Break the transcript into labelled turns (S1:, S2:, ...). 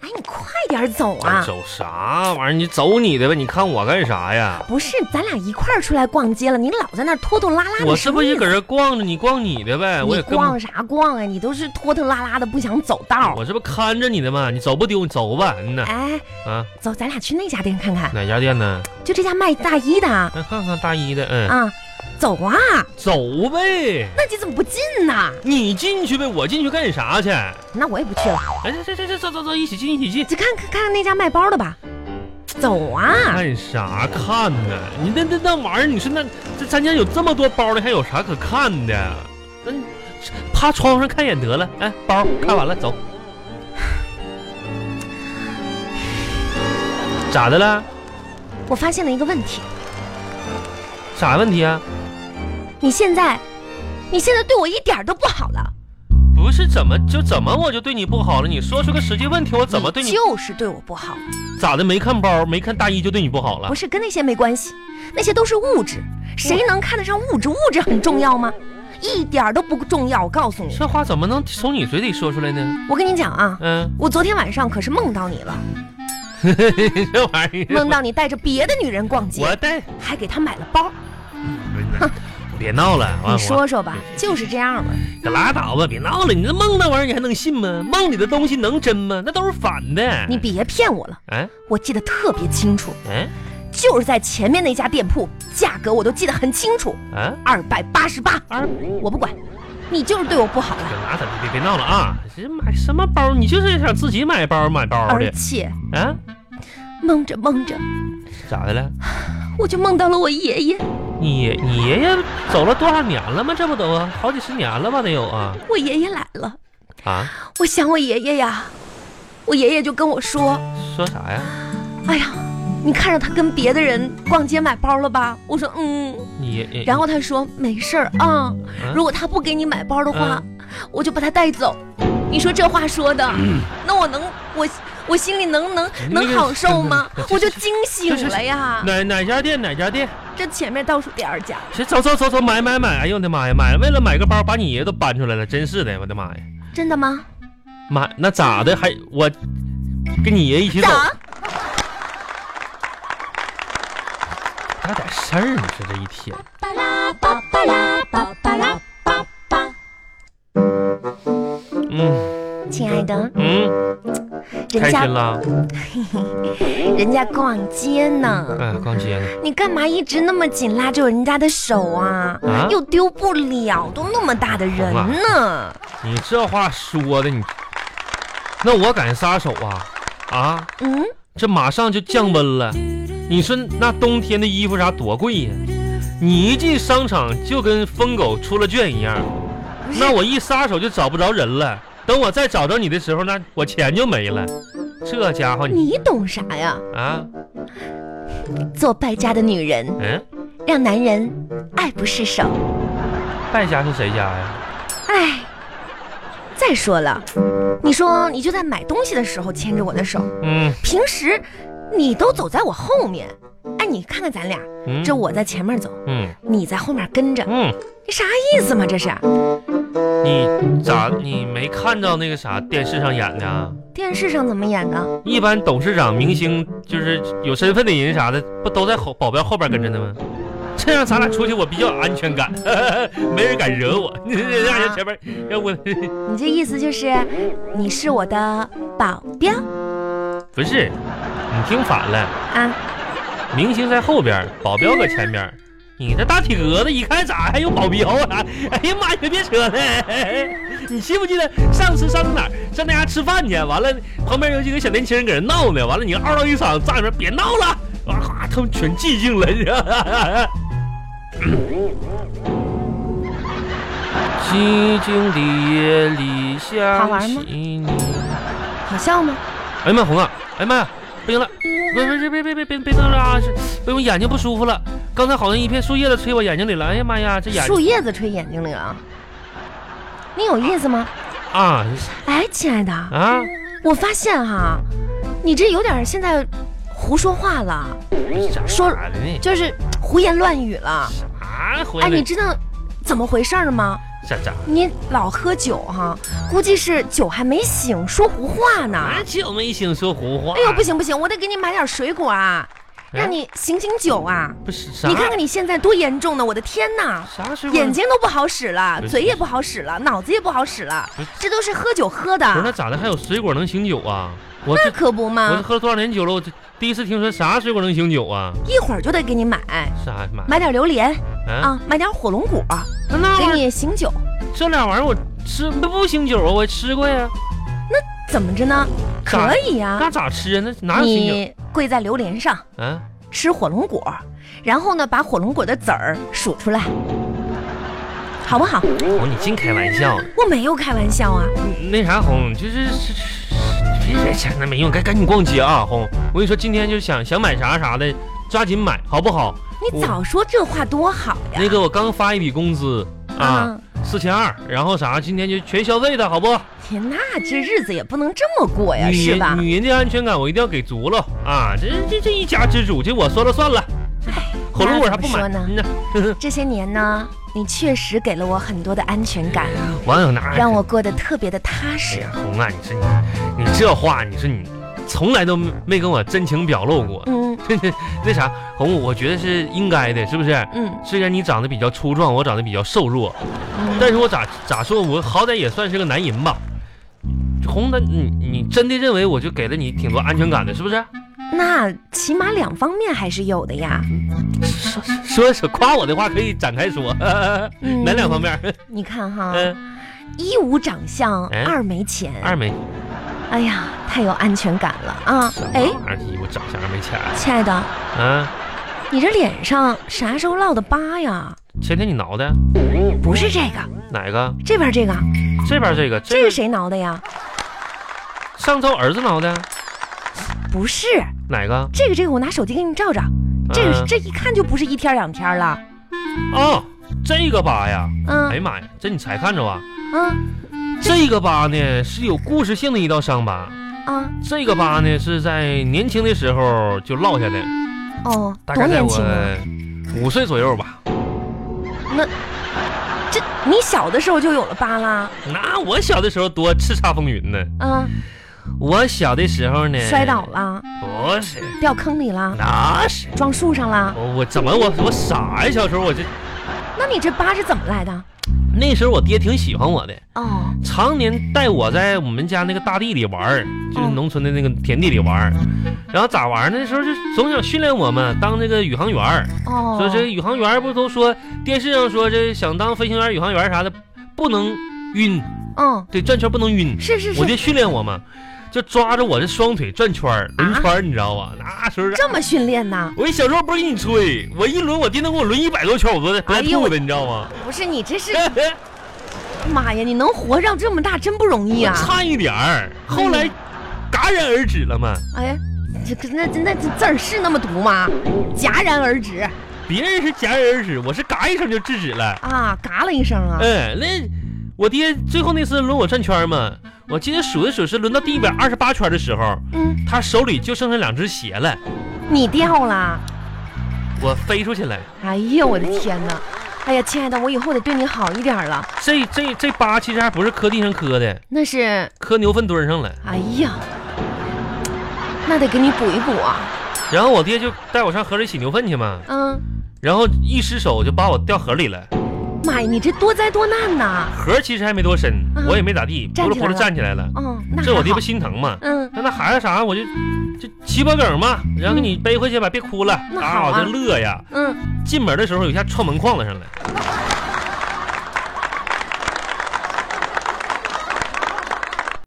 S1: 哎点走啊！
S2: 哎走啥玩意儿？你走你的呗，你看我干啥呀？
S1: 不是，咱俩一块儿出来逛街了，你老在那儿拖拖拉拉的。
S2: 我这不
S1: 什么
S2: 也
S1: 意思
S2: 搁这逛着，你逛你的呗，我
S1: 你
S2: 也跟
S1: 逛啥逛啊？你都是拖拖拉拉的，不想走道。
S2: 我这不看着你的吗？你走不丢，你走吧，嗯呐
S1: 哎，
S2: 啊，
S1: 走，咱俩去那家店看看，
S2: 哪家店呢？
S1: 就这家卖大衣的啊，
S2: 那看看大衣的，嗯，
S1: 啊走啊！
S2: 走呗，
S1: 那你怎么不进呢？
S2: 你进去呗，我进去干啥去？
S1: 那我也不去了，
S2: 哎，这这这这走走走，一起进一起进。
S1: 就看看看那家卖包的吧。走啊！
S2: 看啥看呢？你那那那玩意儿，你说那这咱家有这么多包的，还有啥可看的？那你趴窗户上看一眼得了。哎，包看完了，走。咋的了？
S1: 我发现了一个问题，
S2: 啥问题啊？
S1: 你现在，你现在对我一点儿都不好了，
S2: 不是怎么就怎么我就对你不好了？你说出个实际问题，我怎么对你
S1: 就是对我不好，
S2: 咋的？没看包，没看大衣就对你不好了
S1: 不？是跟那些没关系，那些都是物质，谁能看得上物质？物质很重要吗？一点儿都不重要，我告诉你，
S2: 这话怎么能从你嘴里说出来呢？
S1: 我跟你讲啊，
S2: 嗯，
S1: 我昨天晚上可是梦到你了，
S2: 这玩意儿
S1: 梦到你带着别的女人逛街，
S2: 我带，
S1: 还给她买了包。
S2: 别闹了，完
S1: 你
S2: 我
S1: 说说吧，就是这样吧。
S2: 可拉倒吧，别闹了！你这梦那玩意儿你还能信吗？梦里的东西能真吗？那都是反的。
S1: 你别骗我了，
S2: 哎
S1: 我记得特别清楚，
S2: 哎
S1: 就是在前面那家店铺，价格我都记得很清楚，
S2: 啊！
S1: 二百八十八，
S2: 二，
S1: 我不管，你就是对我不好了。
S2: 可拉倒，别别别闹了啊！这买什么包？你就是想自己买包买包
S1: 而
S2: 的
S1: 且
S2: 啊？
S1: 梦着梦着，
S2: 咋的了？
S1: 我就梦到了我爷爷，
S2: 你你爷爷走了多少年了吗？这不都啊，好几十年了吧？得有啊
S1: 我爷爷来了，
S2: 啊！
S1: 我想我爷爷呀，我爷爷就跟我说，
S2: 说啥呀？
S1: 哎呀，你看着他跟别的人逛街买包了吧？我说嗯，
S2: 你爷爷
S1: 然后他说没事儿啊，
S2: 嗯
S1: 如果他不给你买包的话，我就把他带走。你说这话说的，那我能我我心里能能
S2: 嗯你那个嗯
S1: 能好受吗
S2: 这？这
S1: 我就惊醒了呀！
S2: 哪哪家店哪家店？
S1: 这前面倒数第二家，
S2: 行，走走走走，买买买！哎呦我的妈呀，买为了买个包把你爷爷都搬出来了，真是的，我的妈呀！
S1: 真的吗？
S2: 妈，那咋的？还我跟你爷一起走，
S1: 咋？
S2: 咋点事儿？你说这一天，
S3: 巴拉巴巴拉巴巴拉巴巴。
S2: 嗯
S1: 亲爱的，
S2: 嗯，
S1: 人
S2: 开
S1: 家
S2: 心了，
S1: 人家逛街呢，
S2: 哎，逛街呢，
S1: 你干嘛一直那么紧拉着人家的手啊？
S2: 啊
S1: 又丢不了，都那么大的人呢。
S2: 你这话说的，你那我敢撒手啊啊！
S1: 嗯，
S2: 这马上就降温了，你说那冬天的衣服啥多贵呀？你一进商场就跟疯狗出了圈一样，
S1: 不是
S2: 那我一撒手就找不着人了。等我再找着你的时候，那我钱就没了。这家伙你
S1: 你懂啥呀？
S2: 啊，
S1: 做败家的女人，
S2: 嗯，
S1: 让男人爱不释手。
S2: 败家是谁家呀？
S1: 哎，再说了，你说你就在买东西的时候牵着我的手，
S2: 嗯
S1: 平时你都走在我后面。哎，你看看咱俩，
S2: 嗯，
S1: 这我在前面走，
S2: 嗯
S1: 你在后面跟着，
S2: 嗯，
S1: 这啥意思嘛？这是
S2: 你咋你没看到那个啥电视上演的啊？
S1: 电视上怎么演的？
S2: 一般董事长、明星就是有身份的人啥的，不都在后保镖后边跟着呢吗？这样咱俩出去我比较有安全感，没人敢惹我。你这让人前边，要不
S1: 你这意思就是你是我的保镖
S2: 不是，你听反了，
S1: 啊？
S2: 明星在后边，保镖搁前边。你这大体格子，一看咋还有保镖啊？ 哎呀妈呀，别扯了！ 你记不记得上次上哪儿上那家吃饭去？完了，旁边有几个小年轻人搁那闹呢。完了，你嗷唠一嗓，站那边别闹了，哇哈，他们全寂静了。你 知道吗寂静的夜里
S1: 好
S2: 想
S1: 玩
S2: 起
S1: 吗
S2: 你。
S1: 好笑吗？
S2: 哎呀妈，红啊！哎呀妈呀，不行了！别别别别别别别弄了啊！是哎呦，我眼睛不舒服了。刚才好像一片树叶子吹我眼睛里了。哎呀妈呀，这眼
S1: 树叶子吹眼睛里了啊，你有意思吗？
S2: 啊
S1: 哎，亲爱的，
S2: 啊！
S1: 我发现哈、你这有点儿现在胡说话了。说
S2: 咋的呢？
S1: 就是胡言乱语了。
S2: 啥回
S1: 哎，
S2: 来
S1: 你？知道怎么回事儿吗？
S2: 咋咋？
S1: 你老喝酒哈、估计是酒还没醒，说胡话呢。
S2: 哪酒没醒说胡话？
S1: 哎呦，不，行不行，我得给你买点水果啊，让你醒醒酒啊。
S2: 不是啥？
S1: 你看看你现在多严重呢！我的天哪，
S2: 啥水果？
S1: 眼睛都不好使了
S2: 不，是
S1: 嘴也不好使了，脑子也不好使了
S2: 不是，
S1: 这都是喝酒喝的
S2: 不。是那咋的？还有水果能醒酒啊？我
S1: 那
S2: 这
S1: 可不
S2: 我这
S1: 嘛，
S2: 喝了多少年酒了？我这第一次听说啥水果能醒酒啊？
S1: 一会儿就得给你买，
S2: 啥妈
S1: 买点榴莲
S2: 啊？
S1: 啊，买点火龙果，
S2: 那那
S1: 给
S2: 玩意儿
S1: 你醒酒。
S2: 这俩玩意儿我吃那不醒酒啊？我吃过呀，
S1: 怎么着呢？
S2: 咋
S1: 可以呀、
S2: 那咋吃啊？那哪有醒酒
S1: 你跪在榴莲上
S2: 啊？
S1: 吃火龙果，然后呢，把火龙果的籽儿数出来，好不好？
S2: 红，哦你净开玩笑呢。
S1: 我没有开玩笑啊。
S2: 那啥，红，就是是是别别想那没用，赶赶紧逛街啊，红。我跟你说，今天就想想买啥啥的，抓紧买，好不好？
S1: 你早说这话多好呀！
S2: 那个我刚发一笔工资啊，
S1: 啊，
S2: 四千二，然后啥，今天就全消费的好不？
S1: 天，那这日子也不能这么过哎呀，
S2: 女
S1: 是吧
S2: 人？女人的安全感我一定要给足了啊！这这这一家之主，这我说了算了。火龙果啥不买？
S1: 哎那怎么
S2: 嗯呐，
S1: 这些年呢，你确实给了我很多的安全感，
S2: 网友拿
S1: 让我过得特别的踏
S2: 哎
S1: 实
S2: 呀。，红啊，你说你你这话，你说你从来都没跟我真情表露过。
S1: 嗯
S2: 那啥，红，我觉得是应该的，是不是？
S1: 嗯
S2: 虽然你长得比较粗壮，我长得比较瘦弱，
S1: 嗯，
S2: 但是我咋咋说，我好歹也算是个男人吧。红的，你你真的认为我就给了你挺多安全感的，是不是？
S1: 那起码两方面还是有的呀。
S2: 说说夸我的话可以展开说，
S1: 嗯啊
S2: 哪两方面？
S1: 你看哈，
S2: 嗯，
S1: 一无长相，
S2: 哎
S1: 二没钱，
S2: 二没
S1: 哎呀，太有安全感了啊
S2: 什！么
S1: 哎
S2: 玩，意儿？一我长相没钱
S1: 亲爱的，
S2: 啊？
S1: 你这脸上啥时候落的疤呀？
S2: 前天你挠的
S1: 不是这个，
S2: 哪个？
S1: 这边这个，
S2: 这边这个，
S1: 这
S2: 个
S1: 是谁挠的呀？
S2: 上周儿子挠的
S1: 不是，
S2: 哪个？
S1: 这个这个，我拿手机给你照照，这个
S2: 嗯
S1: 这一看就不是一天两天了。
S2: 哦，这个疤呀，哎
S1: 嗯
S2: 呀妈呀，这你才看着啊？
S1: 嗯
S2: 这个疤呢是有故事性的一道伤疤，
S1: 啊
S2: 这个疤呢是在年轻的时候就落下的，
S1: 哦，
S2: 大
S1: 多
S2: 概在
S1: 年
S2: 我
S1: 轻啊！
S2: 五岁左右吧。
S1: 这你小的时候就有了疤啦？
S2: 那我小的时候多叱咤风云呢，
S1: 嗯，
S2: 我小的时候呢
S1: 摔倒了，
S2: 不是，
S1: 掉坑里啦，
S2: 那是
S1: 撞树上啦？
S2: 我我怎么我我傻呀？小时候我这
S1: 那你这疤是怎么来的？
S2: 那时候我爹挺喜欢我的，
S1: 哦，
S2: 常年带我在我们家那个大地里玩儿，就是
S1: 嗯
S2: 农村的那个田地里玩儿。然后咋玩儿呢？那时候就总想训练我们当这个宇航员儿。
S1: 哦，
S2: 说这宇航员儿不都说电视上说这想当飞行员、宇航员啥的不能晕，
S1: 嗯，
S2: 对，转圈不能晕。
S1: 是是
S2: 我
S1: 是，
S2: 爹训练我们，就抓着我这双腿转圈儿轮圈儿，你知道吧？那时候是
S1: 啊这么训练呐？
S2: 我一小时候不是跟你吹，我一轮我爹能给我轮一百多圈儿，我都在不带
S1: 哎呦
S2: 吐的，你知道吗？
S1: 不是你这是， 妈呀！你能活上这么大真不容易啊！
S2: 差一点儿，后来戛然而止了嘛。
S1: 哎呀，这可那那这字儿是那么读吗？戛然而止
S2: 别人是戛然而止，我是嘎一声就制止了。
S1: 啊，嘎了一声啊！
S2: 嗯，那我爹最后那次轮我转圈嘛，我记得数一数是轮到第一百二十八圈的时候，
S1: 嗯，
S2: 他手里就剩下两只鞋了，
S1: 你掉了！
S2: 我飞出去了。
S1: 哎呀，我的天哪！哎呀，亲爱的，我以后得对你好一点了。
S2: 这这这疤其实还不是磕地上磕的，
S1: 那是，
S2: 磕牛粪墩上了。
S1: 哎呀，那得给你补一补啊。
S2: 然后我爹就带我上河里洗牛粪去嘛，
S1: 嗯，
S2: 然后一失手就把我掉河里了。
S1: 妈呀，你这多灾多难呐！
S2: 河其实还没多深，
S1: 嗯
S2: 我也没咋地，
S1: 站
S2: 扑
S1: 起
S2: 噜
S1: 来
S2: 扑噜
S1: 了
S2: 站起来了。
S1: 嗯，那
S2: 这我
S1: 还
S2: 爹
S1: 好
S2: 不心疼嘛？
S1: 嗯，
S2: 那那孩子啥，我就就七八梗嘛，然后给你背回去吧，别哭了。
S1: 那好啊
S2: 我就乐呀！
S1: 嗯，
S2: 进门的时候有一下撞门框子上了，